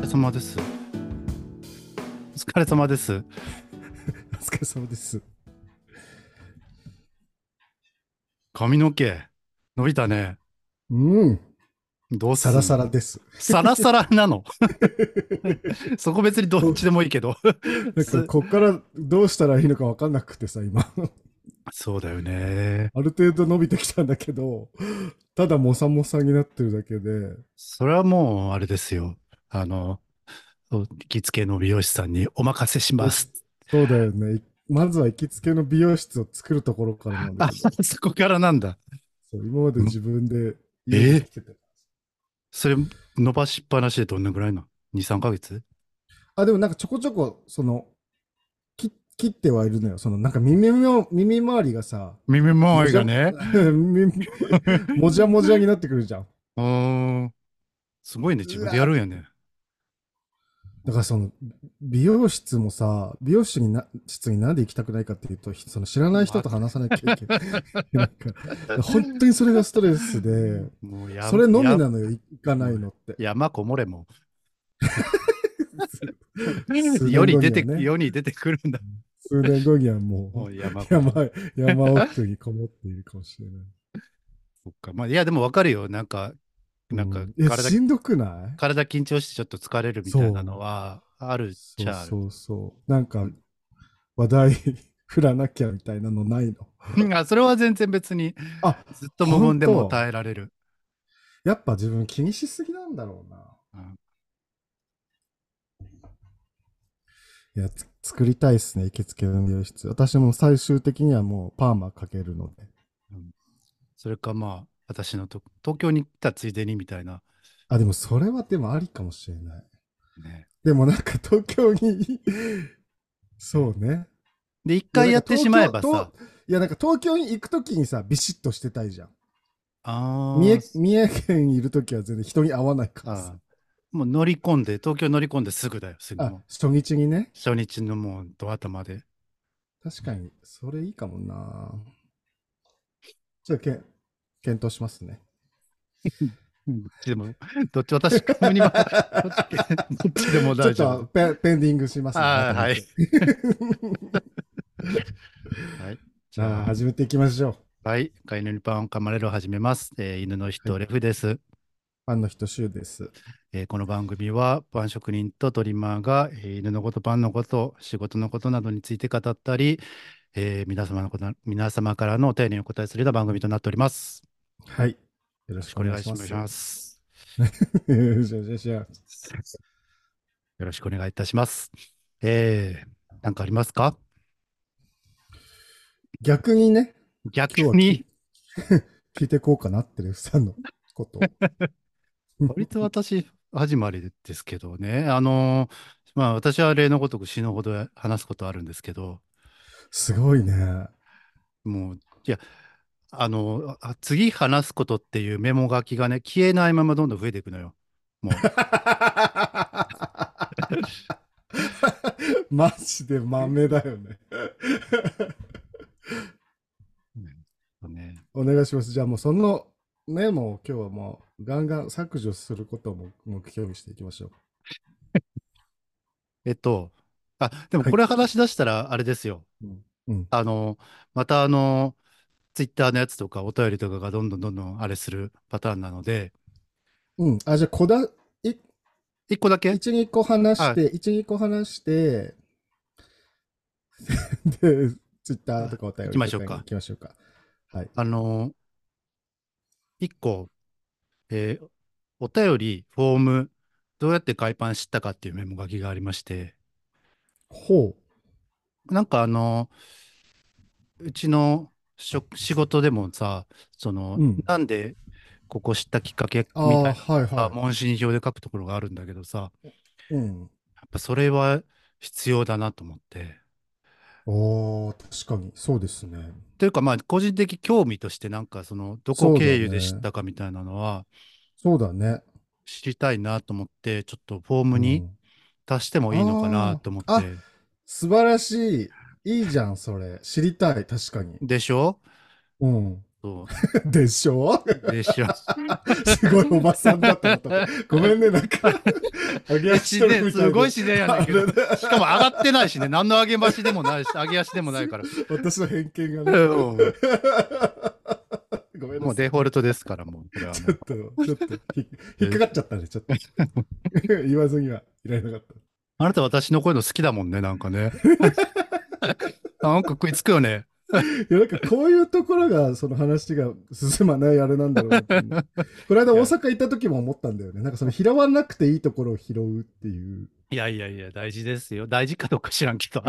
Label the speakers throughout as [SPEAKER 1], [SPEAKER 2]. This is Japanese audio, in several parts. [SPEAKER 1] れ様です。お疲れ様です。
[SPEAKER 2] お疲れ様です。
[SPEAKER 1] 髪の毛、伸びたね。
[SPEAKER 2] うん。
[SPEAKER 1] どうす
[SPEAKER 2] サ
[SPEAKER 1] る
[SPEAKER 2] ラサラです。
[SPEAKER 1] サラサラなの。 そこ別にどっちでもいいけど。
[SPEAKER 2] なんか、こっからどうしたらいいのか分かんなくてさ、今。
[SPEAKER 1] そうだよね。
[SPEAKER 2] ある程度伸びてきたんだけど、ただモサモサになってるだけで、
[SPEAKER 1] それはもう、あれですよ。あの、そう行きつけの美容師さんにお任せします。
[SPEAKER 2] そうだよね。まずは行きつけの美容室を作るところからなんだ
[SPEAKER 1] あ
[SPEAKER 2] けど、
[SPEAKER 1] そこからなんだ。
[SPEAKER 2] そう今まで自分で
[SPEAKER 1] え
[SPEAKER 2] 家で来てた。
[SPEAKER 1] それ、伸ばしっぱなしでどんなぐらいなの ?2、3ヶ月
[SPEAKER 2] あ、でもなんかちょこちょこ、その、き切ってはいるのよ。その、なんか耳も、耳周りがさ、
[SPEAKER 1] 耳周りがね。
[SPEAKER 2] 耳もじゃもじゃになってくるじゃん。
[SPEAKER 1] うーん。すごいね。自分でやるんやね。
[SPEAKER 2] だからその美容室もさ美容室にな室になんで行きたくないかっていうとひその知らない人と話さなきゃい けないなんか本当にそれがストレスで
[SPEAKER 1] もうや
[SPEAKER 2] それのみ
[SPEAKER 1] や
[SPEAKER 2] なのよ行かないのって
[SPEAKER 1] 山こもれ も。
[SPEAKER 2] 数
[SPEAKER 1] 世に出て、
[SPEAKER 2] 年後にはね
[SPEAKER 1] 世に出てくるんだ。
[SPEAKER 2] 数年後には
[SPEAKER 1] も
[SPEAKER 2] もう
[SPEAKER 1] う山こも
[SPEAKER 2] 山山奥にこもっているかもしれない
[SPEAKER 1] そっか。まあ、いや、でもわかるよ。なんか、なんか
[SPEAKER 2] ういや
[SPEAKER 1] 体、
[SPEAKER 2] しんどくない
[SPEAKER 1] 体緊張してちょっと疲れるみたいなのは、あるっち
[SPEAKER 2] そう
[SPEAKER 1] ゃある。
[SPEAKER 2] そうそうなんか話題 振らなきゃみたいなのないの
[SPEAKER 1] あ それは全然別に、
[SPEAKER 2] あ
[SPEAKER 1] ずっと無言で
[SPEAKER 2] 本
[SPEAKER 1] も
[SPEAKER 2] 当
[SPEAKER 1] 耐えられる。
[SPEAKER 2] やっぱ自分気にしすぎなんだろうな
[SPEAKER 1] うん
[SPEAKER 2] いや、つ作りたいですね、行きつけの美容室。私も最終的にはもうパーマかけるので。
[SPEAKER 1] それかまあ、私のと東京に来たついでにみたいな。
[SPEAKER 2] あ、でもそれはでもありかもしれない。
[SPEAKER 1] ね、
[SPEAKER 2] でもなんか東京 に、そうね。
[SPEAKER 1] で、一回やってしまえば
[SPEAKER 2] いやなん
[SPEAKER 1] さ
[SPEAKER 2] か東、京。といや、なんか東京に行くときにさ、ビシッとしてたいじゃん。
[SPEAKER 1] あー
[SPEAKER 2] 三重三重県にいるときは全然人に会わないから
[SPEAKER 1] あ
[SPEAKER 2] さ。
[SPEAKER 1] ーもう乗り込んで、東京乗り込んですぐだよ、すぐ
[SPEAKER 2] あ
[SPEAKER 1] もう
[SPEAKER 2] 初日にね。
[SPEAKER 1] 初日のもう、ど頭で。
[SPEAKER 2] 確かに、それいいかもな。ちょっとけ検討しますね。
[SPEAKER 1] うんどっちでも、どっち、私、株には、 どっちどっちでも
[SPEAKER 2] ちょ
[SPEAKER 1] 大
[SPEAKER 2] っ
[SPEAKER 1] 丈
[SPEAKER 2] と
[SPEAKER 1] 夫。
[SPEAKER 2] ペペンディングしますね。
[SPEAKER 1] あーはい。 はい。じ
[SPEAKER 2] じゃあ
[SPEAKER 1] ゃあ、
[SPEAKER 2] 始めていきましょう。
[SPEAKER 1] はい。飼い犬にパンを噛まれるを始めます。えー犬の人、レフです、
[SPEAKER 2] ファンの人、シュウです。
[SPEAKER 1] えーこの番組は、パン職人とトリマーが、えー犬のこと、パンのこと、仕事のことなどについて語ったり、えー皆様のこと、皆様からのお便りにお答えするような番組となっております。よ
[SPEAKER 2] はい。よろ
[SPEAKER 1] ろ
[SPEAKER 2] し
[SPEAKER 1] し
[SPEAKER 2] く
[SPEAKER 1] く
[SPEAKER 2] お
[SPEAKER 1] お
[SPEAKER 2] 願
[SPEAKER 1] 願
[SPEAKER 2] い
[SPEAKER 1] い
[SPEAKER 2] し
[SPEAKER 1] し
[SPEAKER 2] ま。
[SPEAKER 1] ますす。
[SPEAKER 2] じゃあじゃあじゃあ
[SPEAKER 1] よろしくお願いいたします。えー、なんかありますか
[SPEAKER 2] 逆にね、
[SPEAKER 1] 逆
[SPEAKER 2] 今日は
[SPEAKER 1] に。
[SPEAKER 2] 聞いてこうかなって、レフさんの ことを。
[SPEAKER 1] 割と私始まりですけどね、あのーまあ私は例のごとく死ぬほど話すことあるんですけど、
[SPEAKER 2] すごいね。
[SPEAKER 1] もう、いや、あのあ次話すことっていうメモ書きがね、消えないままどんどん増えていくのよ。もう、
[SPEAKER 2] マジで豆だよね。
[SPEAKER 1] そうね、
[SPEAKER 2] お願いします。じゃあもうそのメモを今日はもうガンガン削除することも目標にしていきましょう。
[SPEAKER 1] えっと、あ、でも
[SPEAKER 2] はい
[SPEAKER 1] これ話し出したらあれですよ。
[SPEAKER 2] うん。
[SPEAKER 1] あの、またあの、ツイッターのやつとかお便りとかがどんどんどんどんあれするパターンなので、
[SPEAKER 2] うん。あ、じゃあこだ、い
[SPEAKER 1] 一個だけ
[SPEAKER 2] 一二個話し
[SPEAKER 1] は
[SPEAKER 2] て、一二個話して、 で、ツイッターとかお
[SPEAKER 1] 行
[SPEAKER 2] 便り
[SPEAKER 1] きましょうか
[SPEAKER 2] とに行きましょうか。はい。
[SPEAKER 1] あの、一個、えーお便り、フォーム、どうやって外パン知ったかっていうメモ書きがありまして、
[SPEAKER 2] ほ
[SPEAKER 1] なんかあの、うちの職仕事でもさ、その、
[SPEAKER 2] うん
[SPEAKER 1] なんでここ知ったきっかけみ
[SPEAKER 2] う。
[SPEAKER 1] たいな
[SPEAKER 2] ああ、はい
[SPEAKER 1] さ、
[SPEAKER 2] は
[SPEAKER 1] 問診票で書くところがあるんだけどさ、や
[SPEAKER 2] い。うん。
[SPEAKER 1] っぱそれは必要だなと思って。
[SPEAKER 2] おー、確かに、そうですね。
[SPEAKER 1] というかまあ、個人的興味としてなんかその、どこ
[SPEAKER 2] そうだ
[SPEAKER 1] 経
[SPEAKER 2] ね
[SPEAKER 1] 由で知ったかみたいなのは
[SPEAKER 2] そうだね。
[SPEAKER 1] 知りたいなと思って、ちょっとフォームに、
[SPEAKER 2] うん
[SPEAKER 1] 足してもいいのかなと思っ
[SPEAKER 2] あ
[SPEAKER 1] て。
[SPEAKER 2] 素晴らしい。いいじゃん、それ。知りたい、確かに。
[SPEAKER 1] でしょ
[SPEAKER 2] うん。
[SPEAKER 1] そ
[SPEAKER 2] でしょ
[SPEAKER 1] う。で しょ。
[SPEAKER 2] すごいおばさんだと思った。ごめんね、なんか、上げ
[SPEAKER 1] 自
[SPEAKER 2] 足取る
[SPEAKER 1] 然、
[SPEAKER 2] みたい
[SPEAKER 1] す
[SPEAKER 2] な
[SPEAKER 1] ごい自然やねんけど。
[SPEAKER 2] あ
[SPEAKER 1] し
[SPEAKER 2] れだ
[SPEAKER 1] かも上がってないしね、何の上げ橋でもないし、上げ足でもないから。
[SPEAKER 2] 私の偏見がね。
[SPEAKER 1] う
[SPEAKER 2] ごめん
[SPEAKER 1] んも
[SPEAKER 2] な
[SPEAKER 1] う
[SPEAKER 2] さい。
[SPEAKER 1] デフォルトですから、もう。これはも
[SPEAKER 2] ちょっと、ちょっと、ひ引っかかっちゃったね、ちょっと。言わずにはいられなかった。
[SPEAKER 1] うあなた私の声の好きだもんね、なんか ね。なんか食いつくよね。
[SPEAKER 2] いや、なんかこういうところが、その話が進まないあれなんだろうなっていうの。この間大阪行った時も思ったんだよね。なんかその拾わなくていいところを拾うって いう。
[SPEAKER 1] いやいやいや、大事ですよ。大事かどうか知らん けど。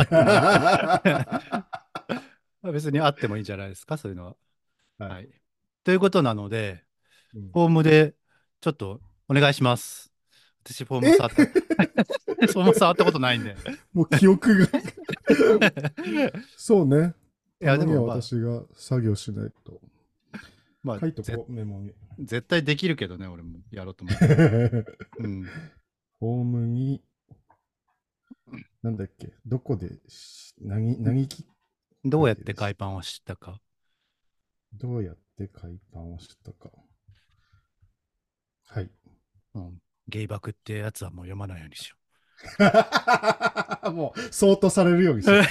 [SPEAKER 1] 別にあってもいいんじゃないですか、そういうのは。
[SPEAKER 2] はい
[SPEAKER 1] はい。ということなので、
[SPEAKER 2] うん
[SPEAKER 1] フォームでちょっとお願いします。私、フォーム触った。 フォーム触ったことないんで。
[SPEAKER 2] もう記憶が。そうね。
[SPEAKER 1] いや、でも、
[SPEAKER 2] た
[SPEAKER 1] ま
[SPEAKER 2] ま
[SPEAKER 1] あ
[SPEAKER 2] には、私が作業しないと。
[SPEAKER 1] まあ
[SPEAKER 2] 書いと
[SPEAKER 1] ぜ
[SPEAKER 2] こう、メ モに。
[SPEAKER 1] 絶対できるけどね、俺もやろうと思 って。うん。
[SPEAKER 2] ホームに、なんだっけ、どこでし、何、何き、
[SPEAKER 1] どうやって海パンを知ったか。
[SPEAKER 2] どうやって海パンをしたか。はい。
[SPEAKER 1] うん。ゲイバクってやつはもう読まないようにしよ
[SPEAKER 2] もう、相当されるようにする。
[SPEAKER 1] う。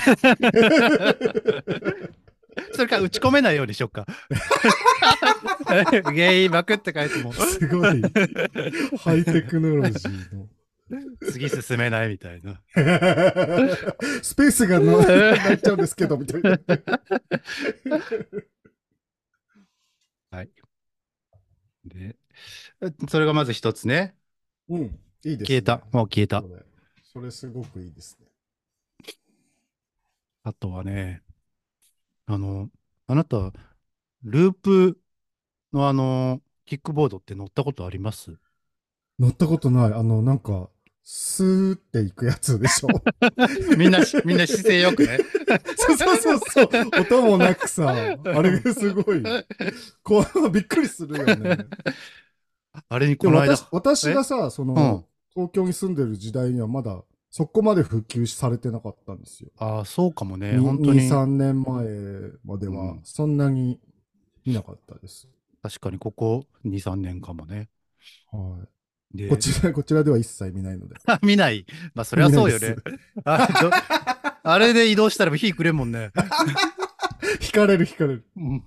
[SPEAKER 1] それから打ち込めないようにしよっ か。ゲイバクって書いても、
[SPEAKER 2] すごい、ハイテクノロジー の。
[SPEAKER 1] 次進めないみたいな。
[SPEAKER 2] スペースがななっちゃうんですけど、みたい な。
[SPEAKER 1] はい。で、それがまず一つね。
[SPEAKER 2] うん、いいです、
[SPEAKER 1] 消えた。もう消えた
[SPEAKER 2] そ。れ。それすごくいいですね。
[SPEAKER 1] あとはね、あの、あなた、ループのあの、キックボードって乗ったことあります
[SPEAKER 2] 乗ったことない。あの、なんか、スーっていくやつでしょ。
[SPEAKER 1] みんなし、みんな姿勢よくね。
[SPEAKER 2] そうそうそうそう。音もなくさ、あれがすごい。こう、びっくりするよ ね。
[SPEAKER 1] あれに
[SPEAKER 2] で
[SPEAKER 1] こ
[SPEAKER 2] も
[SPEAKER 1] の間、
[SPEAKER 2] 私私がさ、その、東京に住んでる時代にはまだ、そこまで普及されてなかったんですよ。
[SPEAKER 1] ああ、そうかもね、
[SPEAKER 2] に
[SPEAKER 1] 本当に
[SPEAKER 2] 2、。3年前まで
[SPEAKER 1] う
[SPEAKER 2] は
[SPEAKER 1] ん、
[SPEAKER 2] そんなに見なかったです。
[SPEAKER 1] 確かにここ2、3年かもね。
[SPEAKER 2] は
[SPEAKER 1] で
[SPEAKER 2] い。こちら、こちらでは一切見ないので。
[SPEAKER 1] あ 見ない。まあ、それはそうよね
[SPEAKER 2] 見。
[SPEAKER 1] あどあれで移動したら火くれんもんね。
[SPEAKER 2] 惹かれる惹かれる。
[SPEAKER 1] うん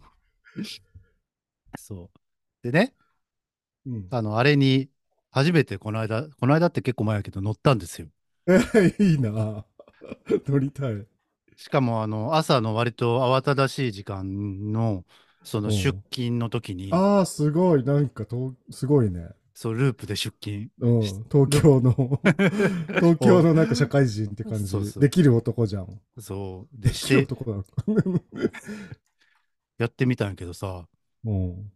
[SPEAKER 1] そう。でね、
[SPEAKER 2] うん。
[SPEAKER 1] あの、あれに、初めてこの間、この間って結構前やけど乗ったんですよ。
[SPEAKER 2] いいな乗りたい。
[SPEAKER 1] しかも、あの、朝の割と慌ただしい時間の、その
[SPEAKER 2] うん
[SPEAKER 1] 出勤の時に、
[SPEAKER 2] ああ、すごい。なんか、とすごいね。
[SPEAKER 1] そう、ループで出勤。
[SPEAKER 2] うん、東京 の、東京のなんか社会人って感
[SPEAKER 1] そうそ
[SPEAKER 2] じ。
[SPEAKER 1] う
[SPEAKER 2] できる男じゃん。
[SPEAKER 1] そう。
[SPEAKER 2] で
[SPEAKER 1] で、し
[SPEAKER 2] きる
[SPEAKER 1] て、
[SPEAKER 2] 男なのか。
[SPEAKER 1] やってみたんやけどさ、
[SPEAKER 2] うん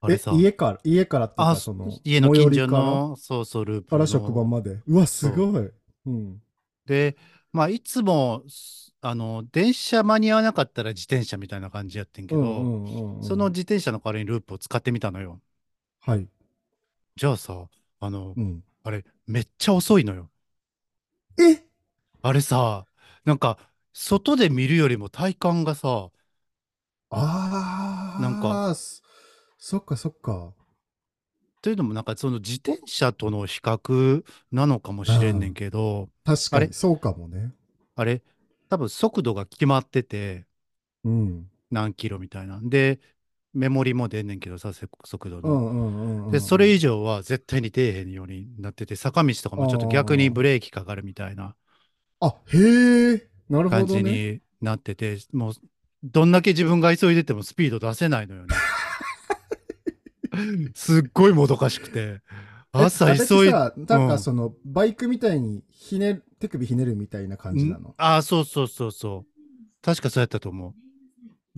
[SPEAKER 1] あれ
[SPEAKER 2] え
[SPEAKER 1] さ、、
[SPEAKER 2] 家から、家からっていう
[SPEAKER 1] あ
[SPEAKER 2] か、その、
[SPEAKER 1] 家の
[SPEAKER 2] 最
[SPEAKER 1] 近
[SPEAKER 2] 寄
[SPEAKER 1] 所
[SPEAKER 2] り
[SPEAKER 1] の、そうそう、ループ
[SPEAKER 2] からから
[SPEAKER 1] の。
[SPEAKER 2] 職場まで。うわ、すごい。うん。
[SPEAKER 1] で、まあ、いつも、すあの、電車間に合わなかったら自転車みたいな感じやってんけ
[SPEAKER 2] う
[SPEAKER 1] ど、
[SPEAKER 2] んうんうんうん
[SPEAKER 1] その、自転車の代わりにループを使ってみたのよ。
[SPEAKER 2] はい。
[SPEAKER 1] じゃあさ、あの、
[SPEAKER 2] うん。
[SPEAKER 1] あれ、めっちゃ遅いのよ。
[SPEAKER 2] え
[SPEAKER 1] あれさ、なんか、外で見るよりも体感がさ、
[SPEAKER 2] ああ、
[SPEAKER 1] なんか
[SPEAKER 2] そ、そっかそっか。
[SPEAKER 1] というのもなんかその自転車との比較なのかもしれんねんけど、
[SPEAKER 2] 確
[SPEAKER 1] あ
[SPEAKER 2] か
[SPEAKER 1] れ
[SPEAKER 2] に、そうかもね。
[SPEAKER 1] あれ、多分速度が決まってて、
[SPEAKER 2] うん。
[SPEAKER 1] 何キロみたいな。で、メモリも出んねんけどさ、せ速度
[SPEAKER 2] う
[SPEAKER 1] の。
[SPEAKER 2] んうんうんうん。
[SPEAKER 1] で、それ以上は絶対に出えへんようになってて、坂道とかもちょっと逆にブレーキかかるみたいな
[SPEAKER 2] あ、へえ、なるほ
[SPEAKER 1] 感
[SPEAKER 2] ど
[SPEAKER 1] じ
[SPEAKER 2] ね。
[SPEAKER 1] になってて、もう、どんだけ自分が急いでてもスピード出せないのよ ね。すっごいもどかしくて。
[SPEAKER 2] え
[SPEAKER 1] 朝
[SPEAKER 2] あれって
[SPEAKER 1] 急いで。
[SPEAKER 2] さなんかその、バイクみたいにひね、手首ひねるみたいな感じなの。
[SPEAKER 1] ああ、そうそうそうそう。確かそうやったと思う。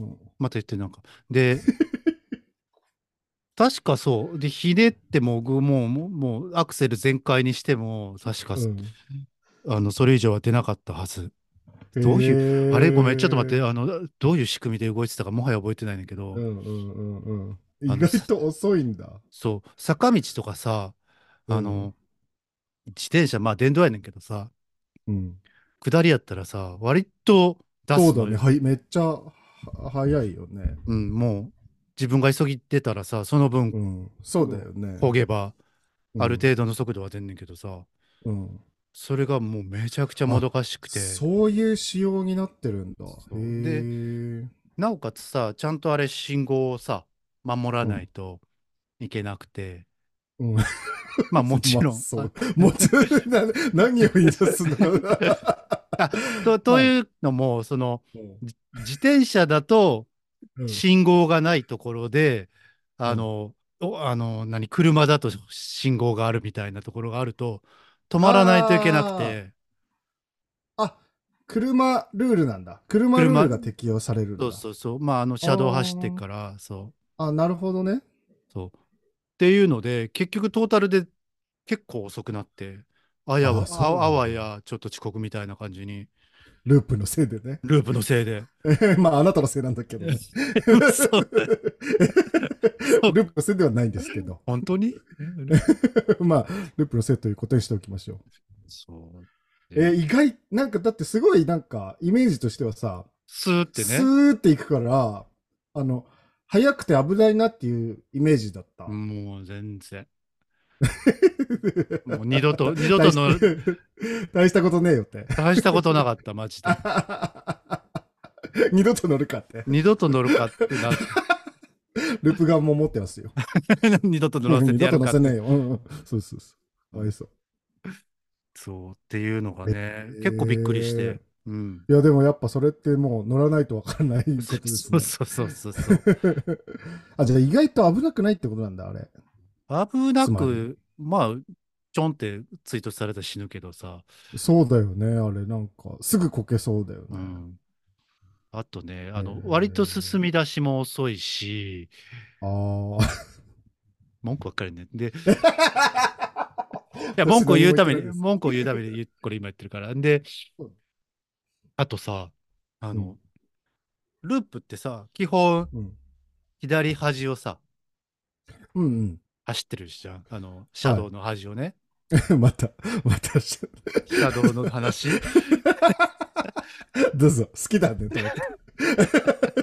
[SPEAKER 2] うん
[SPEAKER 1] また言ってるなんか。 で、確かそう。で、ひねっても、ぐもう、もう、もうアクセル全開にしても、確か、
[SPEAKER 2] うん
[SPEAKER 1] あの、それ以上は出なかったはず。どうい
[SPEAKER 2] へ
[SPEAKER 1] う、
[SPEAKER 2] ー
[SPEAKER 1] あれ、ごめん、ちょっと待って、あの、どういう仕組みで動いてたか、もはや覚えてないねんだけど、
[SPEAKER 2] うんうんうんうん。意
[SPEAKER 1] の
[SPEAKER 2] 外と遅いんだ。
[SPEAKER 1] そう、坂道とかさ、あの、自転車、まあ、電動やねんけどさ、
[SPEAKER 2] うん、
[SPEAKER 1] 下りやったらさ、割と出す
[SPEAKER 2] そう
[SPEAKER 1] の
[SPEAKER 2] だね、
[SPEAKER 1] よ。
[SPEAKER 2] はい、めっちゃは早いよね。
[SPEAKER 1] うん、も自分が急ぎ出たらさ、その分
[SPEAKER 2] うん。そうだよね。
[SPEAKER 1] 焦げば、
[SPEAKER 2] うん
[SPEAKER 1] ある程度の速度は出んねんけどさ、
[SPEAKER 2] うん。
[SPEAKER 1] それがもうめちゃくちゃもどかしくて、
[SPEAKER 2] そういう仕様になってるんだ。
[SPEAKER 1] う
[SPEAKER 2] へえ。
[SPEAKER 1] なおかつさ、ちゃんとあれ信号をさ、守らないといけなくて、
[SPEAKER 2] うん
[SPEAKER 1] まあもちろん、
[SPEAKER 2] まあそうもちろん、な何を言い出す んだろうな。
[SPEAKER 1] とというのも、そのじ自転車だと
[SPEAKER 2] うん
[SPEAKER 1] 信号がないところで、あの、おあの何車だと信号があるみたいなところがあると止まらないといけなくて
[SPEAKER 2] あ、車ルールなんだ。車ルールが適用されるんだ。
[SPEAKER 1] そうそうそうまああの車道走ってっからそう
[SPEAKER 2] あ、なるほどね。
[SPEAKER 1] そうっていうので結局トータルで結構遅くなってあやわ
[SPEAKER 2] あそうなんだ
[SPEAKER 1] ああわやちょっと遅刻みたいな感じに
[SPEAKER 2] ループのせいでね。
[SPEAKER 1] ループのせいで
[SPEAKER 2] まあ、あなたのせいなんだけ ど。ル
[SPEAKER 1] 嘘
[SPEAKER 2] ープのせいではないんですけど。
[SPEAKER 1] 本当に
[SPEAKER 2] まあ、ループのせいということにしておきましょう。
[SPEAKER 1] そう
[SPEAKER 2] えー意外、なんか、だってすごい、なんか、イメージとしてはさ、
[SPEAKER 1] スーって
[SPEAKER 2] ス
[SPEAKER 1] ね
[SPEAKER 2] ーっていくから、あの、速くて危ないなっていうイメージだった。
[SPEAKER 1] もう全然もう二度と 二度との
[SPEAKER 2] 大した大した ことねえよって。
[SPEAKER 1] 大したことなかったマジで
[SPEAKER 2] 二度と乗るかって。
[SPEAKER 1] 二度と乗るかってなっ
[SPEAKER 2] ループガンも持ってますよ。
[SPEAKER 1] て 二度と乗らせ て
[SPEAKER 2] 二度
[SPEAKER 1] や
[SPEAKER 2] と
[SPEAKER 1] る
[SPEAKER 2] 乗
[SPEAKER 1] か
[SPEAKER 2] せないよ。うんうん、そうそうそう。かわいそう。
[SPEAKER 1] そうっていうのがね
[SPEAKER 2] えー
[SPEAKER 1] 結構びっくりしてうん
[SPEAKER 2] いや、でもやっぱそれってもう乗らないとわからないことです
[SPEAKER 1] そ
[SPEAKER 2] ね。
[SPEAKER 1] うそうそうそうそう
[SPEAKER 2] あ、じゃあ意外と危なくないってことなんだ、あれ。
[SPEAKER 1] 危な
[SPEAKER 2] つま
[SPEAKER 1] く、まあ、ちょんってツイートされたら死ぬけどさ、
[SPEAKER 2] そうだよね、あれ。なんか、すぐこけそうだよね。
[SPEAKER 1] うんあとね、あ
[SPEAKER 2] へ
[SPEAKER 1] の、
[SPEAKER 2] ー
[SPEAKER 1] 割と進み出しも遅いし、
[SPEAKER 2] ああ。
[SPEAKER 1] 文句ばっかりね。 で、い
[SPEAKER 2] い
[SPEAKER 1] や、文句を言うために、文句を言うために言う、これ今言ってるから。で
[SPEAKER 2] うん、
[SPEAKER 1] あとさ、あの、ループってさ、基本、
[SPEAKER 2] うん。
[SPEAKER 1] 左端をさ、
[SPEAKER 2] うん
[SPEAKER 1] 走ってるじゃん。あの、シャドウの端をね。
[SPEAKER 2] うん。 また、また、
[SPEAKER 1] シャドウの話。
[SPEAKER 2] どうぞ、好きだね、と思って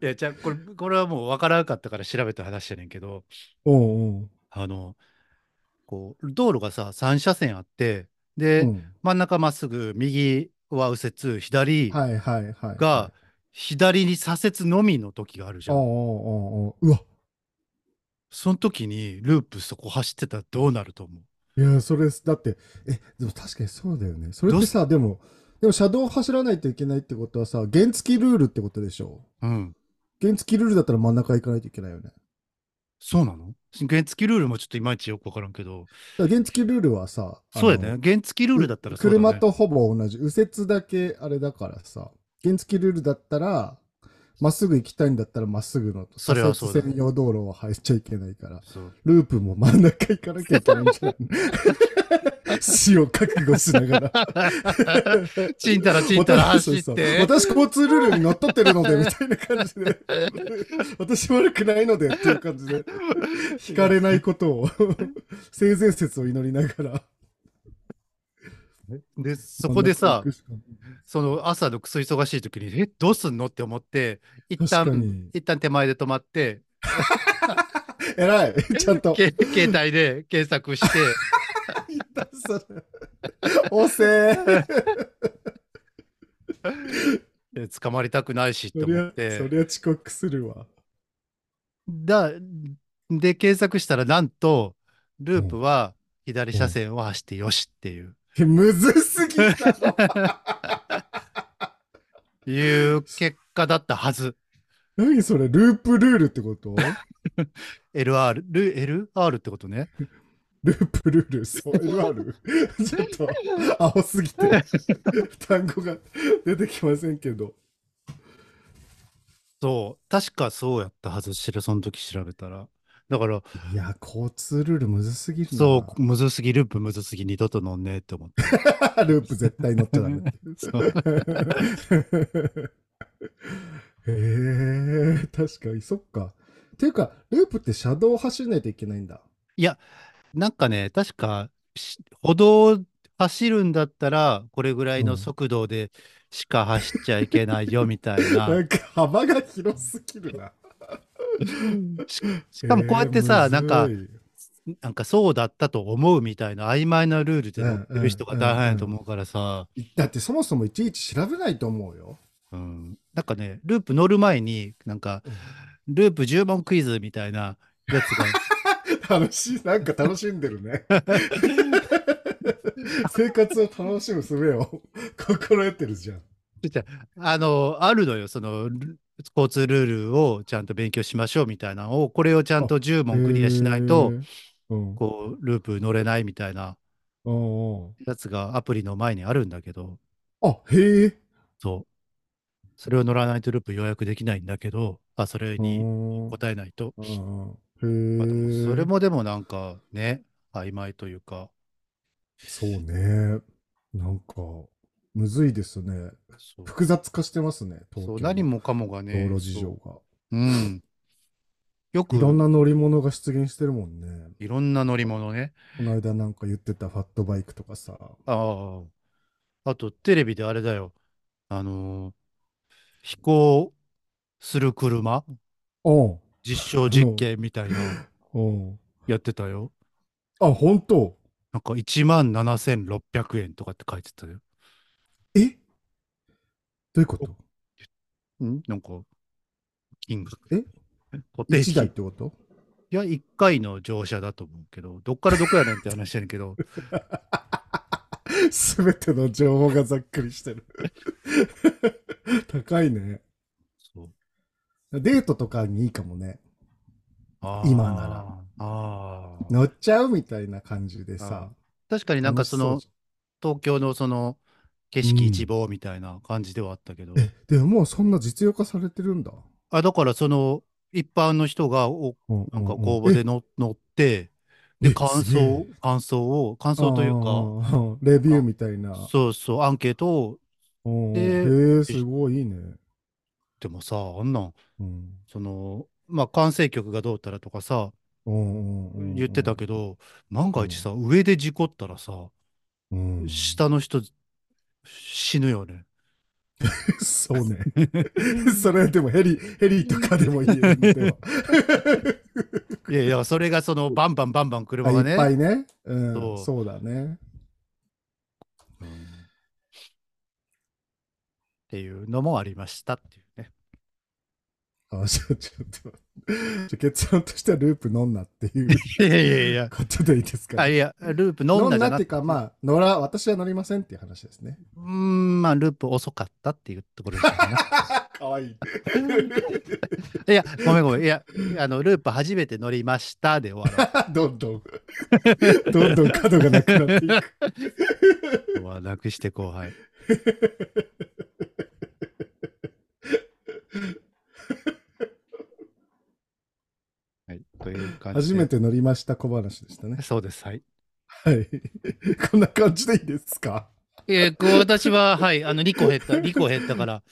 [SPEAKER 1] いや、じゃあこれ、これはもう分からなかったから調べた話やねんけど、
[SPEAKER 2] うんうん。
[SPEAKER 1] あの、こう、道路がさ、3車線あって、で、
[SPEAKER 2] うん
[SPEAKER 1] 真ん中まっすぐ、右は右折、左
[SPEAKER 2] はいはいはい。
[SPEAKER 1] が、左に左折のみの時があるじ
[SPEAKER 2] お
[SPEAKER 1] ゃ。
[SPEAKER 2] うんおうおうおううわ
[SPEAKER 1] その時に、ループそこ走ってたらどうなると思う
[SPEAKER 2] いやそれだってえでも確かにそうだよねそれってさでもでも車道を走らないといけないってことはさ原付ルールってことでしょ
[SPEAKER 1] うん。
[SPEAKER 2] 原付ルールだったら真ん中行かないといけないよね
[SPEAKER 1] そうなの原付ルールもちょっといまいちよく分からんけど、
[SPEAKER 2] だから原付ルールはさあの
[SPEAKER 1] そうやね。原付ルールだったらそうだね。
[SPEAKER 2] 車とほぼ同じ右折だけあれだからさ原付ルールだったらまっすぐ行きたいんだったらまっすぐの
[SPEAKER 1] それはそうだ
[SPEAKER 2] 左折専用道路は入っちゃいけないから
[SPEAKER 1] そう
[SPEAKER 2] ループも真ん中行かなきゃいけないん じゃないの死を覚悟しながら
[SPEAKER 1] ちんたらちんたら走って。
[SPEAKER 2] 私そうそう私交通ルールにのっとってるので、みたいな感じで。私悪くないので、っていう感じで。惹かれないことを、性善説を祈りながら。
[SPEAKER 1] で、そこでさ
[SPEAKER 2] 行、くしか
[SPEAKER 1] その朝のクソ忙しい時に、え、どうすんのって思って、一
[SPEAKER 2] 確か
[SPEAKER 1] 旦、
[SPEAKER 2] に。
[SPEAKER 1] 一旦手前で止まって、
[SPEAKER 2] 偉い。ちゃん と。
[SPEAKER 1] け携帯で検索して、
[SPEAKER 2] おせー
[SPEAKER 1] え捕まりたくないしって
[SPEAKER 2] そり
[SPEAKER 1] 思っ
[SPEAKER 2] ゃ、そ
[SPEAKER 1] て、
[SPEAKER 2] りゃ遅刻するわ。
[SPEAKER 1] だ、で、検索したら、なんと、ループは左車線を走ってよしっていう、
[SPEAKER 2] えむずすぎたの。
[SPEAKER 1] いう結果だったはず。
[SPEAKER 2] 何それ、ループルールってこと
[SPEAKER 1] LR、ル LR ってことね。
[SPEAKER 2] ループルール、そう、LR? ちょっと、青すぎて、 単語が出てきませんけど。
[SPEAKER 1] そう、確かそうやったはず、知らその時調べたら。だから、
[SPEAKER 2] いや、交通ルールむずすぎるな。
[SPEAKER 1] そう、むずすぎ、ループむずすぎ、二度と乗んねえって思って。
[SPEAKER 2] ループ絶対乗っちゃダメって。
[SPEAKER 1] そう
[SPEAKER 2] へえ確かに、そっか。っていうか、ループって車道を走らないといけないんだ。
[SPEAKER 1] なんかね、確かし歩道、走るんだったら、これぐらいの速度でしか走っちゃいけないよみたいな。
[SPEAKER 2] なんか幅が広すぎるな。
[SPEAKER 1] ししかもこうやってさ、
[SPEAKER 2] えー
[SPEAKER 1] なんか
[SPEAKER 2] む、ずい
[SPEAKER 1] なんかそうだったと思うみたいな曖昧なルールで乗ってる人が大変やと思うからさ、
[SPEAKER 2] だってそもそもいちいち調べないと思うよ。
[SPEAKER 1] うん、なんかね、ループ乗る前に、なんか、ループ10問クイズみたいなやつが、
[SPEAKER 2] 楽しい、なんか楽しんで るね。生活を楽しむ術を心得てるじゃん。
[SPEAKER 1] あの、あるのよ、その、ル交通ルールをちゃんと勉強しましょうみたいなのを、これをちゃんと10問クリアしないと、
[SPEAKER 2] へー。うん。
[SPEAKER 1] こう、ループ乗れないみたいな
[SPEAKER 2] おう
[SPEAKER 1] やつがアプリの前にあるんだけど、
[SPEAKER 2] おうあ、へえ。
[SPEAKER 1] そう。それを乗らないとループ予約できないんだけど、あ、それに
[SPEAKER 2] うん
[SPEAKER 1] 答えないと。
[SPEAKER 2] うん
[SPEAKER 1] まあでも
[SPEAKER 2] へえ。
[SPEAKER 1] それ。もでもなんかね、曖昧というか、
[SPEAKER 2] そうね。なんか、むずいですね。
[SPEAKER 1] そう
[SPEAKER 2] 複雑化してますね、東
[SPEAKER 1] そう
[SPEAKER 2] 京の
[SPEAKER 1] 何もかもが
[SPEAKER 2] 道
[SPEAKER 1] ね、
[SPEAKER 2] 路事情
[SPEAKER 1] そう
[SPEAKER 2] が。
[SPEAKER 1] うん。よく
[SPEAKER 2] いろんな乗り物が出現してるもんね。
[SPEAKER 1] いろんな乗り物ね。
[SPEAKER 2] この間なんか言ってたファットバイクとかさ。
[SPEAKER 1] ああ。あと、テレビであれだよ。あのー飛行する車
[SPEAKER 2] おう
[SPEAKER 1] 実証実験みたいなの
[SPEAKER 2] おう
[SPEAKER 1] やってたよ。
[SPEAKER 2] あ、本当
[SPEAKER 1] なんか1万7600円とかって書いてたよ。
[SPEAKER 2] えどういうこと
[SPEAKER 1] んなんか、金額。
[SPEAKER 2] え
[SPEAKER 1] 固定
[SPEAKER 2] ?1 台
[SPEAKER 1] 費
[SPEAKER 2] っ。てこと
[SPEAKER 1] いや、1回の乗車だと思うけど、どっからどこやねんって話してんけ ど、
[SPEAKER 2] すべての情報がざっくりしてる。 高いね。
[SPEAKER 1] そう。
[SPEAKER 2] デートとかにいいかもね。
[SPEAKER 1] あ
[SPEAKER 2] 今なら。
[SPEAKER 1] ああ。
[SPEAKER 2] 乗っちゃうみたいな感じでさ。
[SPEAKER 1] 確かになんかその
[SPEAKER 2] 楽し、
[SPEAKER 1] 東京のその、景色一望みたいな感じではあったけど、
[SPEAKER 2] そうじゃん。え、でももうそんな実用化されてるんだ。
[SPEAKER 1] あ、だからその、一般の人が、お、
[SPEAKER 2] うん
[SPEAKER 1] なんか公募での乗って、
[SPEAKER 2] え
[SPEAKER 1] で、
[SPEAKER 2] え
[SPEAKER 1] 感
[SPEAKER 2] すげ
[SPEAKER 1] 想
[SPEAKER 2] え、
[SPEAKER 1] 感想を、感想というか、
[SPEAKER 2] あーレビューみたいな。
[SPEAKER 1] そうそう、アンケートを、
[SPEAKER 2] うん
[SPEAKER 1] で
[SPEAKER 2] へえ、すごいいいね。
[SPEAKER 1] でもさ、あんなん、
[SPEAKER 2] うん
[SPEAKER 1] その、まあ、完成曲がどうたらとかさ、
[SPEAKER 2] うんうんうん
[SPEAKER 1] 言ってたけど、万が一さ、上で事故ったらさ、
[SPEAKER 2] うん
[SPEAKER 1] 下の人、死ぬよね。
[SPEAKER 2] そうね。 それでもヘリ、ヘリとかでもいいよね。でも
[SPEAKER 1] いやいや、それがその、バンバンバンバン
[SPEAKER 2] あ
[SPEAKER 1] 車
[SPEAKER 2] い
[SPEAKER 1] が
[SPEAKER 2] っぱ
[SPEAKER 1] ね。
[SPEAKER 2] いね。うん
[SPEAKER 1] そ、う
[SPEAKER 2] そうだね。
[SPEAKER 1] うんっていうのもありましたっていうね。
[SPEAKER 2] あ、じゃあちょっと、じゃあ結論としてはループ飲んなっていう
[SPEAKER 1] いやいやいや。
[SPEAKER 2] ことでいいですか、
[SPEAKER 1] あ、いや、ループ飲んだじゃ
[SPEAKER 2] っ
[SPEAKER 1] な
[SPEAKER 2] ていうか、ま
[SPEAKER 1] あ。
[SPEAKER 2] あ、乗ら、私は乗りませんっていう話ですね。
[SPEAKER 1] うーん、まあ、ループ遅かったっていうところですかね。
[SPEAKER 2] かわいい。
[SPEAKER 1] いや、ごめんごめん。いや、あの、ループ初めて乗りましたで終 わ
[SPEAKER 2] どんどん、どんどん角がなくなっていく。
[SPEAKER 1] ろう。はなくして後輩。 はい、という感じ
[SPEAKER 2] 初
[SPEAKER 1] で。
[SPEAKER 2] めて乗りました小話 でしたね。
[SPEAKER 1] そうです、はい。
[SPEAKER 2] はい。こんな感じでいいですか
[SPEAKER 1] えーこう私は、はい、あの、2個減 った、2個減ったから、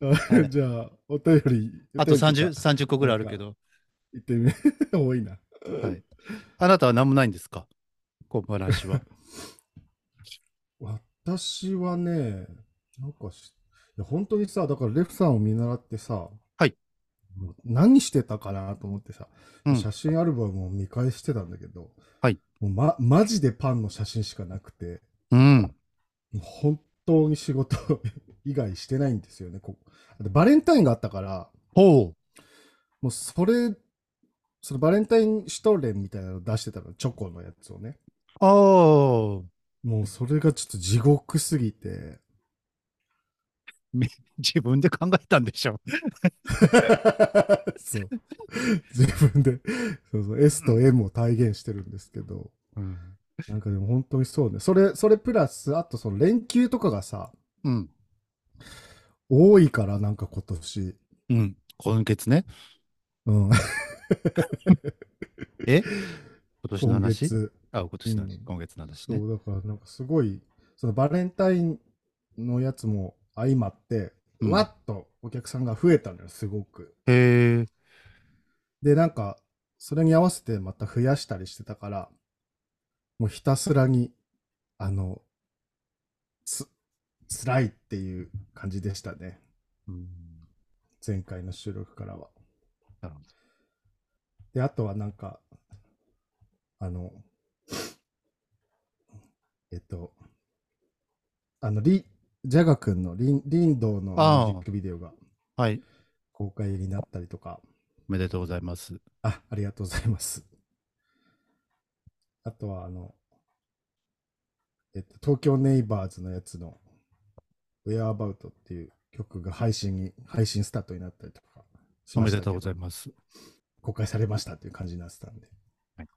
[SPEAKER 2] あ じゃあ、お便り。
[SPEAKER 1] あと
[SPEAKER 2] お便り
[SPEAKER 1] 30、
[SPEAKER 2] か
[SPEAKER 1] 30個ぐらいあるけど、
[SPEAKER 2] 行ってみ、 多いな。
[SPEAKER 1] はい。あなたは何もないんですかこの話は。
[SPEAKER 2] 私はね、なんかし、いや本当にさ、だからレフさんを見習ってさ、
[SPEAKER 1] はい。
[SPEAKER 2] 何してたかなと思ってさ、
[SPEAKER 1] うん
[SPEAKER 2] 写真アルバムを見返してたんだけど、
[SPEAKER 1] はい。
[SPEAKER 2] もうま、マジでパンの写真しかなくて、
[SPEAKER 1] うん。
[SPEAKER 2] もう本当に仕事以外してないんですよね、ここ。でバレンタインがあったから、
[SPEAKER 1] ほう。
[SPEAKER 2] もうそれ、そのバレンタインシュトーレンみたいなの出してたの、チョコのやつをね。
[SPEAKER 1] ああ。
[SPEAKER 2] もうそれがちょっと地獄す ぎて。
[SPEAKER 1] 自分で考えたんでしょ。
[SPEAKER 2] そう。 自分で、そうそう、S と M を体現してるんですけど、
[SPEAKER 1] うん。
[SPEAKER 2] なんかでも本当にそうね。それ、それプラス、あとその連休とかがさ、
[SPEAKER 1] うん。
[SPEAKER 2] 多いから、なんか今年。
[SPEAKER 1] うん。今月ね。
[SPEAKER 2] うん、今
[SPEAKER 1] え今年の話
[SPEAKER 2] 月。
[SPEAKER 1] あ、今年の話、
[SPEAKER 2] うん
[SPEAKER 1] 今月の話
[SPEAKER 2] そ
[SPEAKER 1] ね。
[SPEAKER 2] う、だからなんかすごい、そのバレンタインのやつも相まって、
[SPEAKER 1] うん
[SPEAKER 2] うわっとお客さんが増えたのよ、すごく。
[SPEAKER 1] へえ。
[SPEAKER 2] で、なんか、それに合わせてまた増やしたりしてたから、もうひたすらに、あの、つ、辛いっていう感じでしたね。
[SPEAKER 1] うん
[SPEAKER 2] 前回の収録からは。
[SPEAKER 1] なるほど
[SPEAKER 2] で、あとはなんか、あの、えっと、あの、リ、ジャガ君のリン、リンドーのミュ
[SPEAKER 1] ああ
[SPEAKER 2] ージックビデオが
[SPEAKER 1] はい。
[SPEAKER 2] 公開になったりとか、
[SPEAKER 1] おめでとうございます。
[SPEAKER 2] あ、ありがとうございます。あとは、あの、えっと、東京ネイバーズのやつの、Where About っていう曲が配信に、配信スタートになったりとかし
[SPEAKER 1] お
[SPEAKER 2] ま
[SPEAKER 1] め
[SPEAKER 2] した
[SPEAKER 1] で
[SPEAKER 2] け
[SPEAKER 1] と
[SPEAKER 2] ど
[SPEAKER 1] うございます。
[SPEAKER 2] 公開されましたっていう感じになってたんで。
[SPEAKER 1] はい。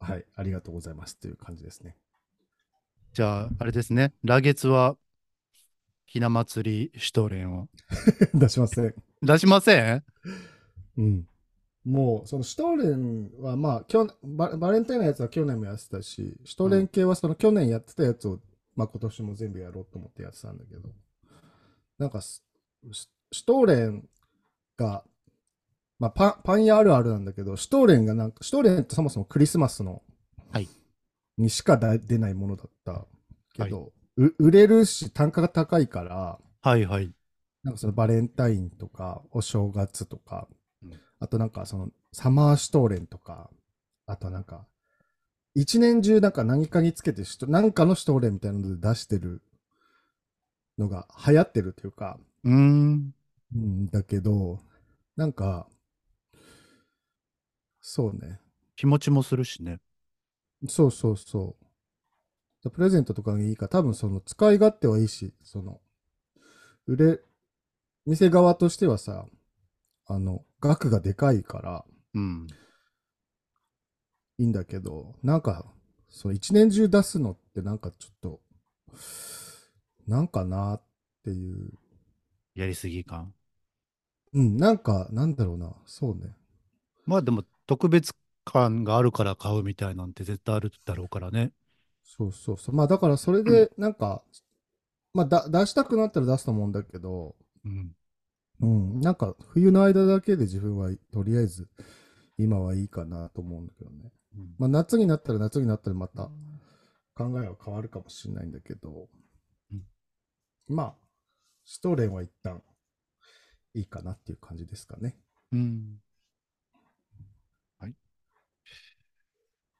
[SPEAKER 2] はい、ありがとうございますっていう感じですね。
[SPEAKER 1] じゃあ、あれですね。来月は、ひな祭りシュトーレンを。
[SPEAKER 2] 出しません。
[SPEAKER 1] 出しません
[SPEAKER 2] うん。もう、そのシュトーレンは、まあ、去年ババレンタインのやつは去年もやってたし、シュトーレン系はその去年やってたやつを、まあ今年も全部やろうと思ってやってたんだけど、なんかす、シシュトーレンが、まあパン、パン屋あるあるなんだけど、シュトーレンがなんか、シュトーレンってそもそもクリスマスの、
[SPEAKER 1] はい
[SPEAKER 2] にしかだ出ないものだったけど、う売れるし単価が高いから、
[SPEAKER 1] はいはい。
[SPEAKER 2] なんかそのバレンタインとか、お正月とか
[SPEAKER 1] うん、
[SPEAKER 2] あとなんかそのサマーシュトーレンとか、あとなんか、一年中なんか何かにつけてシュト、なんかのシュトーレンみたいなので出してるのが流行ってるというか、
[SPEAKER 1] うーん。
[SPEAKER 2] うん、だけど、なんか、そうね。
[SPEAKER 1] 気持ちもするしね。
[SPEAKER 2] そうそうそう。プレゼントとかにいいから、多分その使い勝手はいいし、その、売れ、店側としてはさ、あの、額がでかいから
[SPEAKER 1] うん。
[SPEAKER 2] いいんだけど、なんか、その一年中出すのってなんかちょっと、なんかなっていう、
[SPEAKER 1] やりすぎ感。
[SPEAKER 2] うん、なんか、なんだろうな、そうね。
[SPEAKER 1] まあでも、特別感があるから買うみたいなんて絶対あるだろうからね。
[SPEAKER 2] そうそうそう。まあだからそれで、なんか、まあだ出したくなったら出すと思うんだけど、
[SPEAKER 1] うん。
[SPEAKER 2] うん、なんか冬の間だけで自分はとりあえず今はいいかなと思うんだけどね。
[SPEAKER 1] うん
[SPEAKER 2] まあ夏になったら夏になったらまた考えは変わるかもしれないんだけど、
[SPEAKER 1] うん
[SPEAKER 2] まあ、シュトーレンは一旦いいかなっていう感じですかね。
[SPEAKER 1] うん。はい。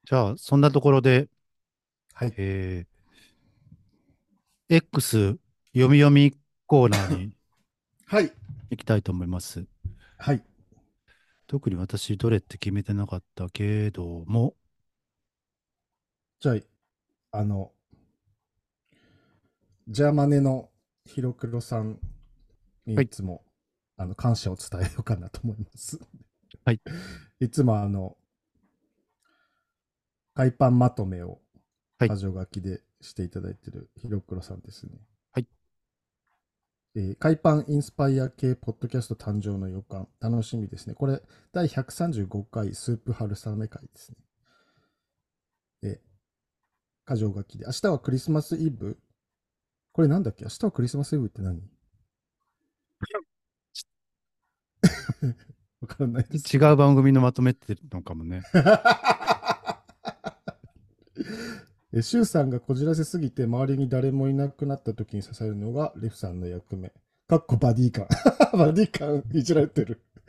[SPEAKER 1] じゃあ、そんなところで、
[SPEAKER 2] はい。
[SPEAKER 1] えー、X 読み読みコーナー に
[SPEAKER 2] はい。
[SPEAKER 1] 行きたいと思います。
[SPEAKER 2] はい。
[SPEAKER 1] 特に私、どれって決めてなかったけども、
[SPEAKER 2] じゃあ、あの、ジャーマネのヒロクロさんに
[SPEAKER 1] はい
[SPEAKER 2] いつも、あの感謝を伝えようかなと思います。
[SPEAKER 1] はい。
[SPEAKER 2] いつもあの、海パンまとめを
[SPEAKER 1] はい
[SPEAKER 2] 箇条書きでしていただいてるヒロクロさんですね。
[SPEAKER 1] はい。
[SPEAKER 2] えー海パンインスパイア系ポッドキャスト誕生の予感、楽しみですね。これ、第135回スープ春雨会ですね。えー、箇条書きで、明日はクリスマスイブこれなんだっけ明日はクリスマスイブって何 わからないです。
[SPEAKER 1] 違う番組のまとめってのかもね。
[SPEAKER 2] えシュウさんがこじらせすぎて周りに誰もいなくなった時に支えるのがレフさんの役目。かっこバディ感。 バディ感いじられてる。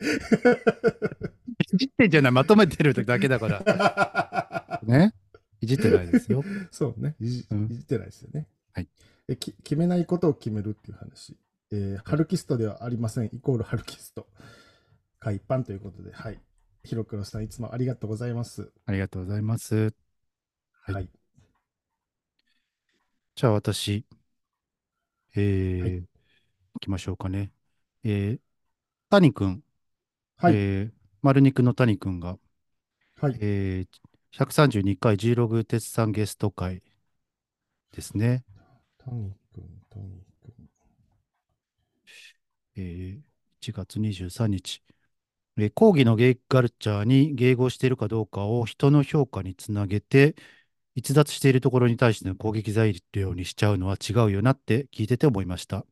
[SPEAKER 1] いじってんじゃない、まとめてるだけだから。 ね。いじってないですよ。
[SPEAKER 2] そうねいじ、
[SPEAKER 1] うん
[SPEAKER 2] いじってないですよね。
[SPEAKER 1] はい
[SPEAKER 2] えき決めないことを決めるっていう話。えーハルキストではありません、イコールハルキスト。海パンということで、はい。ヒロクロさん、いつもありがとうございます。
[SPEAKER 1] ありがとうございます。はい
[SPEAKER 2] はい。
[SPEAKER 1] じゃあ私、えー、
[SPEAKER 2] はい
[SPEAKER 1] 行きましょうかね。えー、谷くん、
[SPEAKER 2] はい。
[SPEAKER 1] えー、丸肉の谷くんが、
[SPEAKER 2] はい。
[SPEAKER 1] えー、132回 G ログ鉄さんゲスト会ですね。
[SPEAKER 2] タニ君、タニ君。
[SPEAKER 1] えー、1月23日。えー講義のゲイカルチャーに迎合しているかどうかを人の評価につなげて、逸脱しているところに対しての攻撃材料にしちゃうのは違うよなって聞いてて思いました。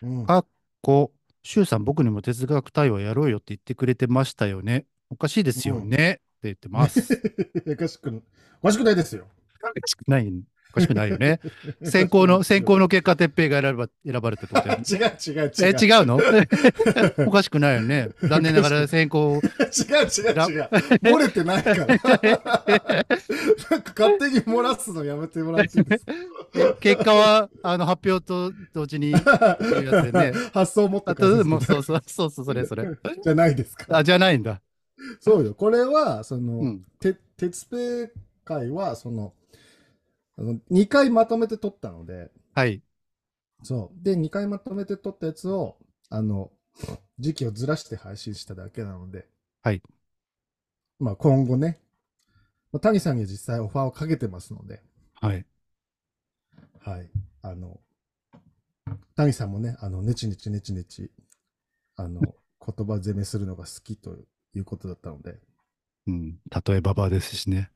[SPEAKER 2] うん、
[SPEAKER 1] かっこ、シュウさん、僕にも哲学対話やろうよって言ってくれてましたよね。おかしい ですよね。って言ってます。
[SPEAKER 2] おかしく、おかしくないですよ。
[SPEAKER 1] おかしくない。おかしくないよ ね。選考の、選考の結果、鉄平が選ば選ばれたって ことだよね
[SPEAKER 2] 違う違う
[SPEAKER 1] え、
[SPEAKER 2] 違う。
[SPEAKER 1] 違 うのおかしくないよね。残念ながら選考、
[SPEAKER 2] 違う違う違う。漏れてないから。なんか勝手に漏らすのやめてもらっていいです
[SPEAKER 1] 結果 は、あの、発表と同時 に、
[SPEAKER 2] か
[SPEAKER 1] うやつでね
[SPEAKER 2] 発想を持った
[SPEAKER 1] あ
[SPEAKER 2] 感じ
[SPEAKER 1] と、
[SPEAKER 2] です
[SPEAKER 1] もうそうそう、そうそう、それそ れ。
[SPEAKER 2] じゃないですか。
[SPEAKER 1] あ、じゃないんだ。
[SPEAKER 2] そうよ。これは、その、
[SPEAKER 1] うん。
[SPEAKER 2] て鉄ペ会は、その、あの2回まとめて撮ったので、
[SPEAKER 1] はい。
[SPEAKER 2] そう。で、2回まとめて撮ったやつを、あの、時期をずらして配信しただけなので、
[SPEAKER 1] はい。
[SPEAKER 2] まあ今後ね、まあ、谷さんには実際オファーをかけてますので、
[SPEAKER 1] はい。
[SPEAKER 2] はい。あの、谷さんもね、あの、ねちねちねちねち、あの、言葉攻めするのが好きということだったので、
[SPEAKER 1] うん。例えばばですしね。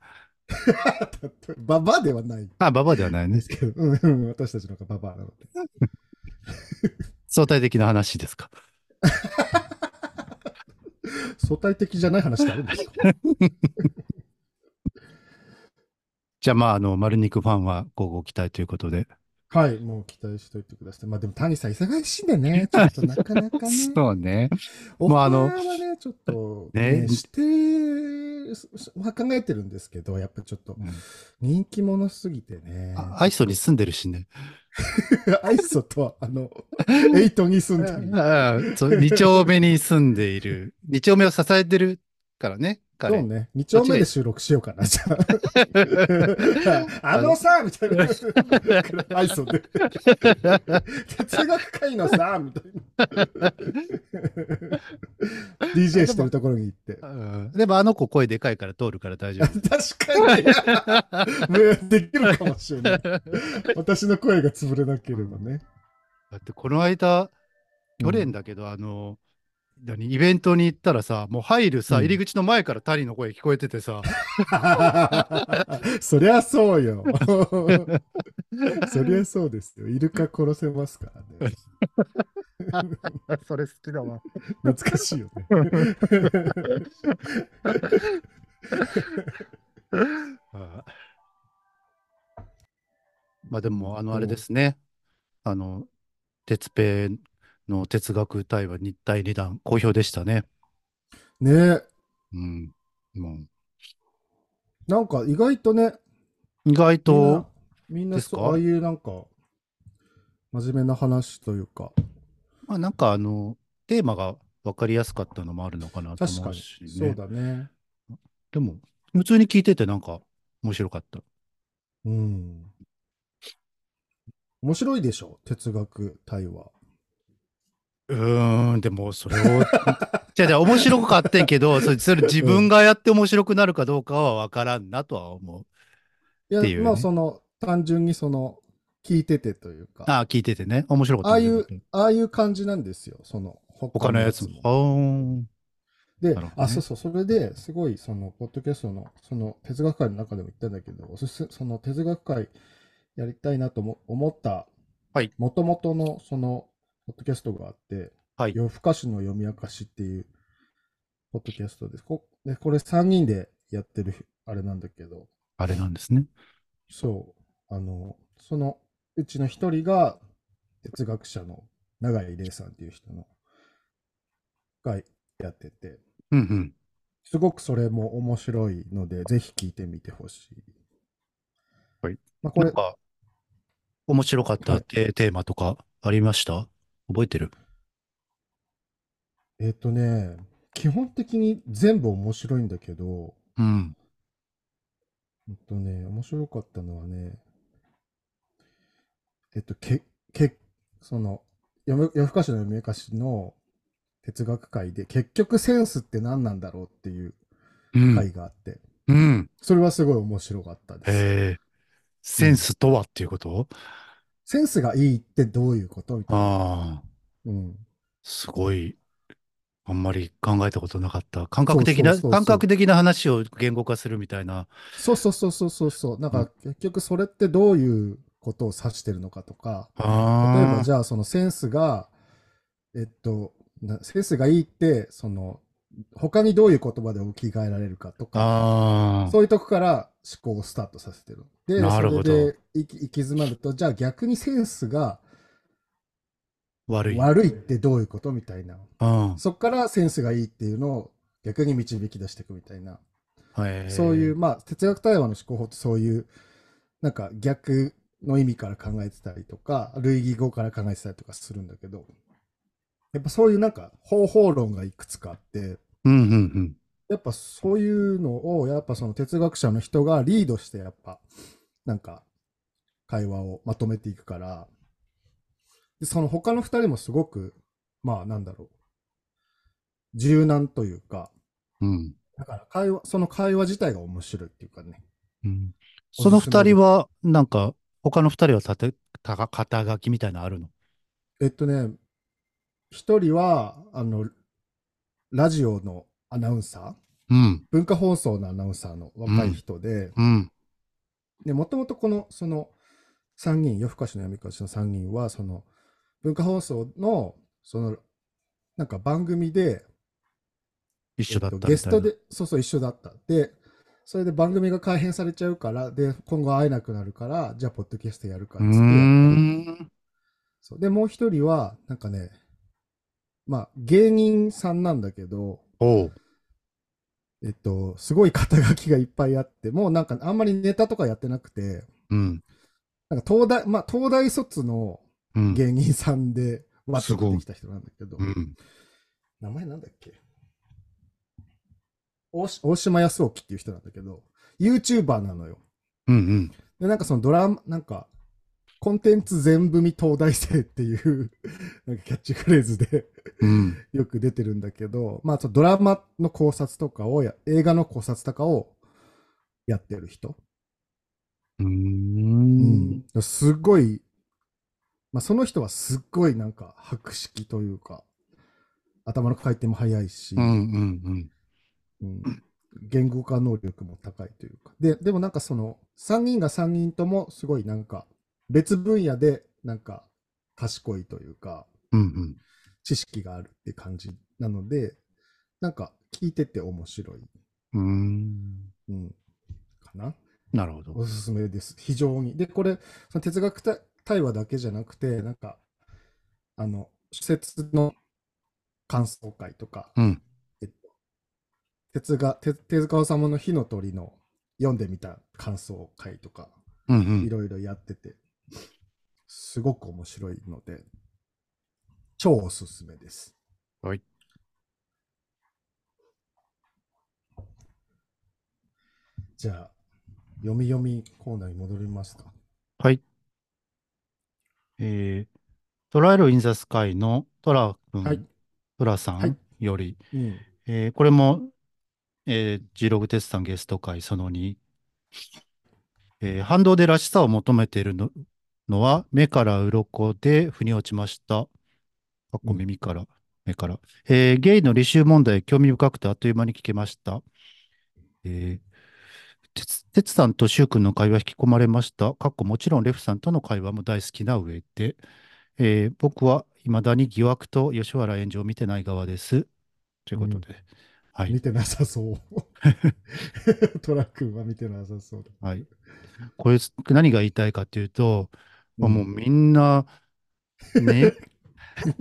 [SPEAKER 2] ババアではない
[SPEAKER 1] あ、ばばではない
[SPEAKER 2] で
[SPEAKER 1] ね
[SPEAKER 2] す。けど、うんうん、私たちの方がババアなので。
[SPEAKER 1] 相対的な話ですか。
[SPEAKER 2] 相対的じゃない話ってあるんですか
[SPEAKER 1] じゃあ、まあ、あの、丸肉ファンは、ごご期待ということで。
[SPEAKER 2] はい、もう期待しておいてください。まあでも谷さん忙しいんでね、ちょっとなかなかね。
[SPEAKER 1] そうね。
[SPEAKER 2] オフ
[SPEAKER 1] まあ
[SPEAKER 2] ァ
[SPEAKER 1] あの
[SPEAKER 2] ーはね、ちょっと、
[SPEAKER 1] ね
[SPEAKER 2] ね、して、すは考えてるんですけど、やっぱちょっと
[SPEAKER 1] うん
[SPEAKER 2] 人気者すぎてね。
[SPEAKER 1] あアイソに住んでるしね。
[SPEAKER 2] アイソとは、あの、エイトに住んでる。
[SPEAKER 1] ああ そう二丁目に住んでい る。二丁目を支えてるからね、
[SPEAKER 2] そう
[SPEAKER 1] 彼。
[SPEAKER 2] ね。2丁目で収録しようかな、じゃあ。あのさ、みたい な。アイソで。哲学会のさ、みたいな。DJ してるところに行って。
[SPEAKER 1] うんでもあの子声でかいから通るから大丈夫。
[SPEAKER 2] 確かに。ねできるかもしれない。私の声が潰れなければね。
[SPEAKER 1] だってこの間、去年だけど、あの、何イベントに行ったらさ、もう入るさ、
[SPEAKER 2] うん
[SPEAKER 1] 入り口の前から谷の声聞こえててさ、
[SPEAKER 2] そりゃそうよ。そりゃそうですよ。イルカ殺せますからね。
[SPEAKER 1] それ好きだわ。
[SPEAKER 2] 懐かしいよね。
[SPEAKER 1] まあでも、あの、あれですね。あの、鉄平の哲学対話日体理談、好評でしたね。
[SPEAKER 2] ね
[SPEAKER 1] うん。も
[SPEAKER 2] なんか意外とね、
[SPEAKER 1] う意外と、
[SPEAKER 2] みんなみんな
[SPEAKER 1] ですか
[SPEAKER 2] そうああいうなんか、真面目な話というか、
[SPEAKER 1] まあなんかあの、テーマが分かりやすかったのもあるのかなと
[SPEAKER 2] 確
[SPEAKER 1] 思
[SPEAKER 2] か
[SPEAKER 1] う
[SPEAKER 2] に、
[SPEAKER 1] し
[SPEAKER 2] そう
[SPEAKER 1] ね。
[SPEAKER 2] だね。
[SPEAKER 1] でも、普通に聞いててなんか面白かった。
[SPEAKER 2] うん。面白いでしょ、哲学対話。
[SPEAKER 1] うーん、でもそれを、 じゃじゃ面白かったけど、それそれ自分がやって面白くなるかどうかは分からんなとは思う。
[SPEAKER 2] いや、
[SPEAKER 1] っていうね
[SPEAKER 2] まあその、単純にその、聞いててというか、あ
[SPEAKER 1] ああ、聞いててね。面白かった。
[SPEAKER 2] あいう
[SPEAKER 1] 面白かった
[SPEAKER 2] あいう感じなんですよ、その、
[SPEAKER 1] 他のやつも。あー
[SPEAKER 2] で、
[SPEAKER 1] なるほどね
[SPEAKER 2] あ、そうそう、それですごい、その、ポッドキャストの、その、哲学会の中でも言ったんだけど、おすすその、哲学会やりたいなとも思った、
[SPEAKER 1] はい。
[SPEAKER 2] もともとの、その、ポッドキャストがあって、
[SPEAKER 1] はい
[SPEAKER 2] 夜更かしの読み明かしっていう、ポッドキャストです。こでこれ3人でやってる、あれなんだけど、
[SPEAKER 1] あれなんですね。
[SPEAKER 2] そう、あの、その、うちの一人が、哲学者の永井玲さんっていう人の、がやってて、
[SPEAKER 1] うんうん。
[SPEAKER 2] すごくそれも面白いので、ぜひ聞いてみてほしい。
[SPEAKER 1] はい。
[SPEAKER 2] まあ、こ
[SPEAKER 1] な
[SPEAKER 2] れ
[SPEAKER 1] ん、か、面白かった
[SPEAKER 2] はい
[SPEAKER 1] テテーマとかありました覚えてる
[SPEAKER 2] えっ、とね、基本的に全部面白いんだけど、
[SPEAKER 1] うん。
[SPEAKER 2] えっとね、面白かったのはね、えっと、け、け、その、読む夜更かしの読み明かしの哲学会で、結局センスって何なんだろうっていう
[SPEAKER 1] うん。
[SPEAKER 2] 会があって、
[SPEAKER 1] うん。
[SPEAKER 2] それはすごい面白かったです。
[SPEAKER 1] えー、センスとはっていうこと
[SPEAKER 2] センスがいいってどういうことみたいな。
[SPEAKER 1] ああ、
[SPEAKER 2] うん。
[SPEAKER 1] すごい。あんまり考えたことなかった。感覚的な、
[SPEAKER 2] そうそうそうそ
[SPEAKER 1] 感
[SPEAKER 2] う
[SPEAKER 1] 覚的な話を言語化するみたいな。
[SPEAKER 2] そうそうそうそうそうそう。なん
[SPEAKER 1] う
[SPEAKER 2] か結局それってどういうことを指してるのかとか、例え
[SPEAKER 1] あ
[SPEAKER 2] ば
[SPEAKER 1] あ、
[SPEAKER 2] じゃあそのセンスが、えっと、なセンスがいいって、その他にどういう言葉で置き換えられるかとか、
[SPEAKER 1] ああ
[SPEAKER 2] そういうとこから思考をスタートさせてる。で、
[SPEAKER 1] な
[SPEAKER 2] そ
[SPEAKER 1] るほ
[SPEAKER 2] れ
[SPEAKER 1] ど
[SPEAKER 2] で行き行き詰まると、じゃあ逆にセンスが
[SPEAKER 1] 悪い。
[SPEAKER 2] 悪いってどういうことみたいな。
[SPEAKER 1] うん
[SPEAKER 2] そこからセンスがいいっていうのを逆に導き出していくみたいな。
[SPEAKER 1] へー
[SPEAKER 2] そういう、まあ、哲学対話の思考法ってそういう、なんか逆の意味から考えてたりとか、類義語から考えてたりとかするんだけど、やっぱそういうなんか方法論がいくつかあって、
[SPEAKER 1] うんうんうん。
[SPEAKER 2] やっぱそういうのを、やっぱその哲学者の人がリードして、やっぱ、なんか、会話をまとめていくから、でその他の二人もすごく、まあなんだろう、柔軟というか、
[SPEAKER 1] うん
[SPEAKER 2] だから会話、その会話自体が面白いっていうかね。
[SPEAKER 1] うん
[SPEAKER 2] おすす
[SPEAKER 1] そ
[SPEAKER 2] め
[SPEAKER 1] の二人は、なんか、他の二人はたてたが肩書きみたいなのあるの
[SPEAKER 2] えっとね、一人は、あの、ラジオのアナウンサ
[SPEAKER 1] う
[SPEAKER 2] ー、
[SPEAKER 1] ん、
[SPEAKER 2] 文化放送のアナウンサーの若い人で、
[SPEAKER 1] うん、
[SPEAKER 2] で、もともとこの、その、参議院、夜更かしの闇かしの参議院は、その、文化放送の、その、なんか番組で、
[SPEAKER 1] 一緒だっ
[SPEAKER 2] えったと
[SPEAKER 1] み
[SPEAKER 2] ゲス
[SPEAKER 1] たい
[SPEAKER 2] ト
[SPEAKER 1] な。
[SPEAKER 2] で、そうそう、一緒だった。で、それで番組が改編されちゃうから、で、今後会えなくなるから、じゃあ、ポッドキャストやるか
[SPEAKER 1] う
[SPEAKER 2] ら
[SPEAKER 1] ー
[SPEAKER 2] っつってやって
[SPEAKER 1] ん。
[SPEAKER 2] そうで、もう一人は、なんかね、まあ、芸人さんなんだけど、
[SPEAKER 1] おう。
[SPEAKER 2] えっと、すごい肩書きがいっぱいあって、もうなんかあんまりネタとかやってなくて、
[SPEAKER 1] うん。
[SPEAKER 2] なんか東大、まあ東大卒の
[SPEAKER 1] うん。
[SPEAKER 2] 芸人さんで、わっと出てきた人なんだけど
[SPEAKER 1] う、ん。
[SPEAKER 2] 名前なんだっけ大し大島康沖っていう人なんだけど、YouTuber なのよ。
[SPEAKER 1] うんうん。
[SPEAKER 2] で、なんかそのドラマ、なんか、コンテンツ全部見東大生っていう、なんかキャッチフレーズで
[SPEAKER 1] うん。
[SPEAKER 2] よく出てるんだけど、まあ、そのドラマの考察とかをや、映画の考察とかをやってる人。
[SPEAKER 1] うー。
[SPEAKER 2] うんすごい、まあ、その人はすっごいなんか、博識というか、頭の回転も速いし、
[SPEAKER 1] うんうんうん。
[SPEAKER 2] うん言語化能力も高いというか。で、でもなんかその、3人が3人ともすごいなんか、別分野でなんか、賢いというか、
[SPEAKER 1] うんうん。
[SPEAKER 2] 知識があるって感じなので、なんか、聞いてて面白い。
[SPEAKER 1] うーん。
[SPEAKER 2] うん、かな
[SPEAKER 1] なるほど。
[SPEAKER 2] おすすめです非常にでこれその哲学た対話だけじゃなくてなんかあの施設の感想会とか
[SPEAKER 1] うん。
[SPEAKER 2] 哲学手手塚治虫の「火の鳥」の読んでみた感想会とか
[SPEAKER 1] うんう
[SPEAKER 2] い
[SPEAKER 1] ん。
[SPEAKER 2] ろいろやっててすごく面白いので超おすすめです
[SPEAKER 1] はい
[SPEAKER 2] じゃあ読み読みコーナーに戻りますか
[SPEAKER 1] はい。えー、トライアル・イン・ザ・スカイのトラ君、
[SPEAKER 2] はい
[SPEAKER 1] トラさ
[SPEAKER 2] はい
[SPEAKER 1] んより、
[SPEAKER 2] うん
[SPEAKER 1] えーこれも、えー、G ログテスさんゲスト会その2、えー反動でらしさを求めているの、のは目から鱗で腑に落ちました。かっこ
[SPEAKER 2] うん
[SPEAKER 1] 耳から、目から。えーゲイの履修問題、興味深くてあっという間に聞けました。えー、てつてつさんとしゅうくんの会話引き込まれました。かっこもちろんレフさんとの会話も大好きな上で、えー僕は未だに疑惑と吉原炎上を見てない側です。ということで。はい。
[SPEAKER 2] 見てなさそう。 トラックは見てなさそうだ。
[SPEAKER 1] はい。これ、何が言いたいかというと、まあもうみんな、ね、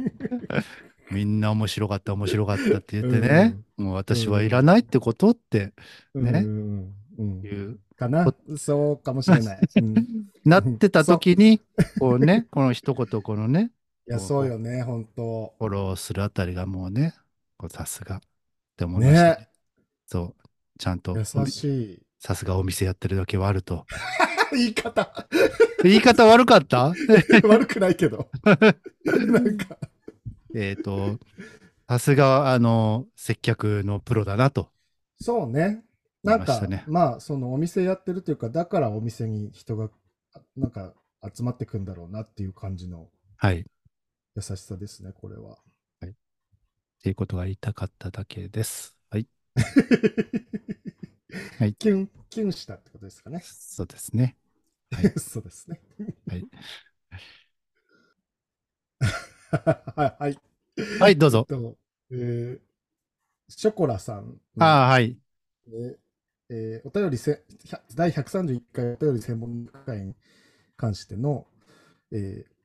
[SPEAKER 1] みんな面白かった、面白かったって言ってね、もう私はいらないってことって
[SPEAKER 2] う
[SPEAKER 1] ね
[SPEAKER 2] んうん
[SPEAKER 1] い
[SPEAKER 2] うん
[SPEAKER 1] う、
[SPEAKER 2] かなそうかもしれない。 うん、い
[SPEAKER 1] なってた時に、こうね、この一言、このね、
[SPEAKER 2] や、そうよね、本当。
[SPEAKER 1] フォローするあたりがもうね、こうさすがって思いました
[SPEAKER 2] ね
[SPEAKER 1] ね。そう、ちゃんと、
[SPEAKER 2] 優し
[SPEAKER 1] さすがお店やってるだけはあると。
[SPEAKER 2] い。言い方、
[SPEAKER 1] 言い方悪かった
[SPEAKER 2] 悪くないけど。なんか、
[SPEAKER 1] えっと、さすが、あの、接客のプロだなと。
[SPEAKER 2] そうね。なん
[SPEAKER 1] 思いまし
[SPEAKER 2] か、
[SPEAKER 1] たね
[SPEAKER 2] まあ、そのお店やってるというか、だからお店に人が、あなんか、集まってくんだろうなっていう感じの
[SPEAKER 1] はい。
[SPEAKER 2] 優しさですね、これは。
[SPEAKER 1] っていうことが言いたかっただけです。はい。い
[SPEAKER 2] キュン、キュンしたってことですかね。
[SPEAKER 1] そうですね。
[SPEAKER 2] そうですね。
[SPEAKER 1] はい。
[SPEAKER 2] はい。
[SPEAKER 1] はい、どうぞ。
[SPEAKER 2] と、えー、ショコラさんの
[SPEAKER 1] ああ、はい。
[SPEAKER 2] で、えーお便りせ100第131回お便り専門会に関しての、えー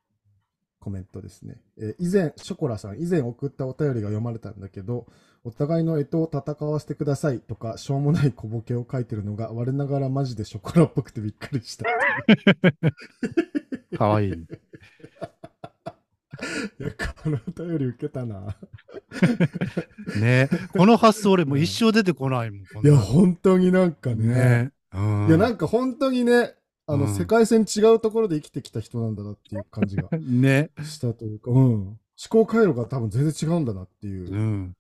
[SPEAKER 2] コメントですね、えー以前、ショコラさん、以前送ったお便りが読まれたんだけど、お互いの干支を戦わせてくださいとか、しょうもない小ボケを書いてるのが、我ながらマジでショコラっぽくてびっくりした。
[SPEAKER 1] かわいい。
[SPEAKER 2] いや、このお便り受けたな。
[SPEAKER 1] ねこの発想俺もう一生出てこないもん。こん
[SPEAKER 2] い
[SPEAKER 1] な
[SPEAKER 2] や、
[SPEAKER 1] の
[SPEAKER 2] 本当になんかね。
[SPEAKER 1] ねうん。
[SPEAKER 2] いや、なんか本当にね、あの、
[SPEAKER 1] うん
[SPEAKER 2] 世界線違うところで生きてきた人なんだなっていう感じが。
[SPEAKER 1] ね。
[SPEAKER 2] したというか、うん、思考回路が多分全然違うんだなっていう。
[SPEAKER 1] うん。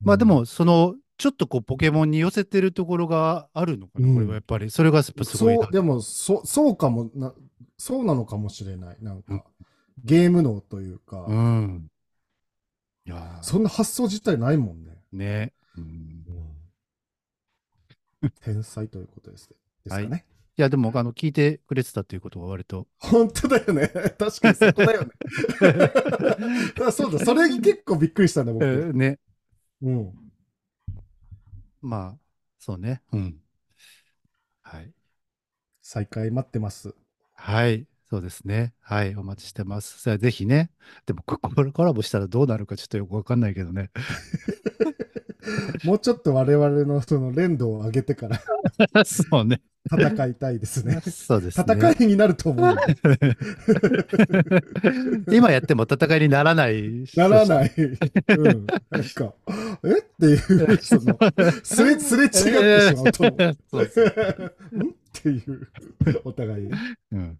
[SPEAKER 1] まあでも、その、ちょっとこう、ポケモンに寄せてるところがあるのかな、
[SPEAKER 2] うん
[SPEAKER 1] これはやっぱり。それがやっぱすごいな
[SPEAKER 2] そうでもそそうかもなそうなのかもしれないなんか、ゲーム脳というか、
[SPEAKER 1] うん。いやー
[SPEAKER 2] そんな発想自体ないもんね、
[SPEAKER 1] ね。うん
[SPEAKER 2] 天才ということですねですかね、
[SPEAKER 1] はいいや、でも、あの、聞いてくれてたということが割と。
[SPEAKER 2] 本当だよね 確かにそこだよね あそうだそれに結構びっくりしたんだ僕、
[SPEAKER 1] えーね。
[SPEAKER 2] うん、
[SPEAKER 1] まあ、そうね。うん。はい。
[SPEAKER 2] 再開待ってます
[SPEAKER 1] はい。そうですね。はい。お待ちしてます。それはぜひね。でも、ここれコラボしたらどうなるかちょっとよくわかんないけどね。
[SPEAKER 2] もうちょっと我々のその連動を上げてから
[SPEAKER 1] そうね。
[SPEAKER 2] 戦いたいですね
[SPEAKER 1] そうですね。
[SPEAKER 2] 戦いになると思うよ
[SPEAKER 1] 今やっても戦いにならない。
[SPEAKER 2] ならない。うん。なんか、えっ ていう、その、すれ、すれ違ってしまうと思う。
[SPEAKER 1] そうです
[SPEAKER 2] んって いう、お互い。
[SPEAKER 1] うん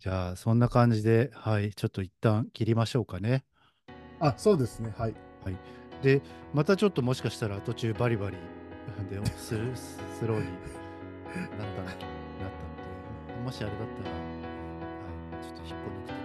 [SPEAKER 1] じゃあ、そんな感じで、はい、ちょっと一旦切りましょうかね。
[SPEAKER 2] あ、そうですね。はい。
[SPEAKER 1] で、またちょっともしかしたら途中バリバリでスルススローになったなったので、もしあれだったら、はい、ちょっと引っこ抜くとか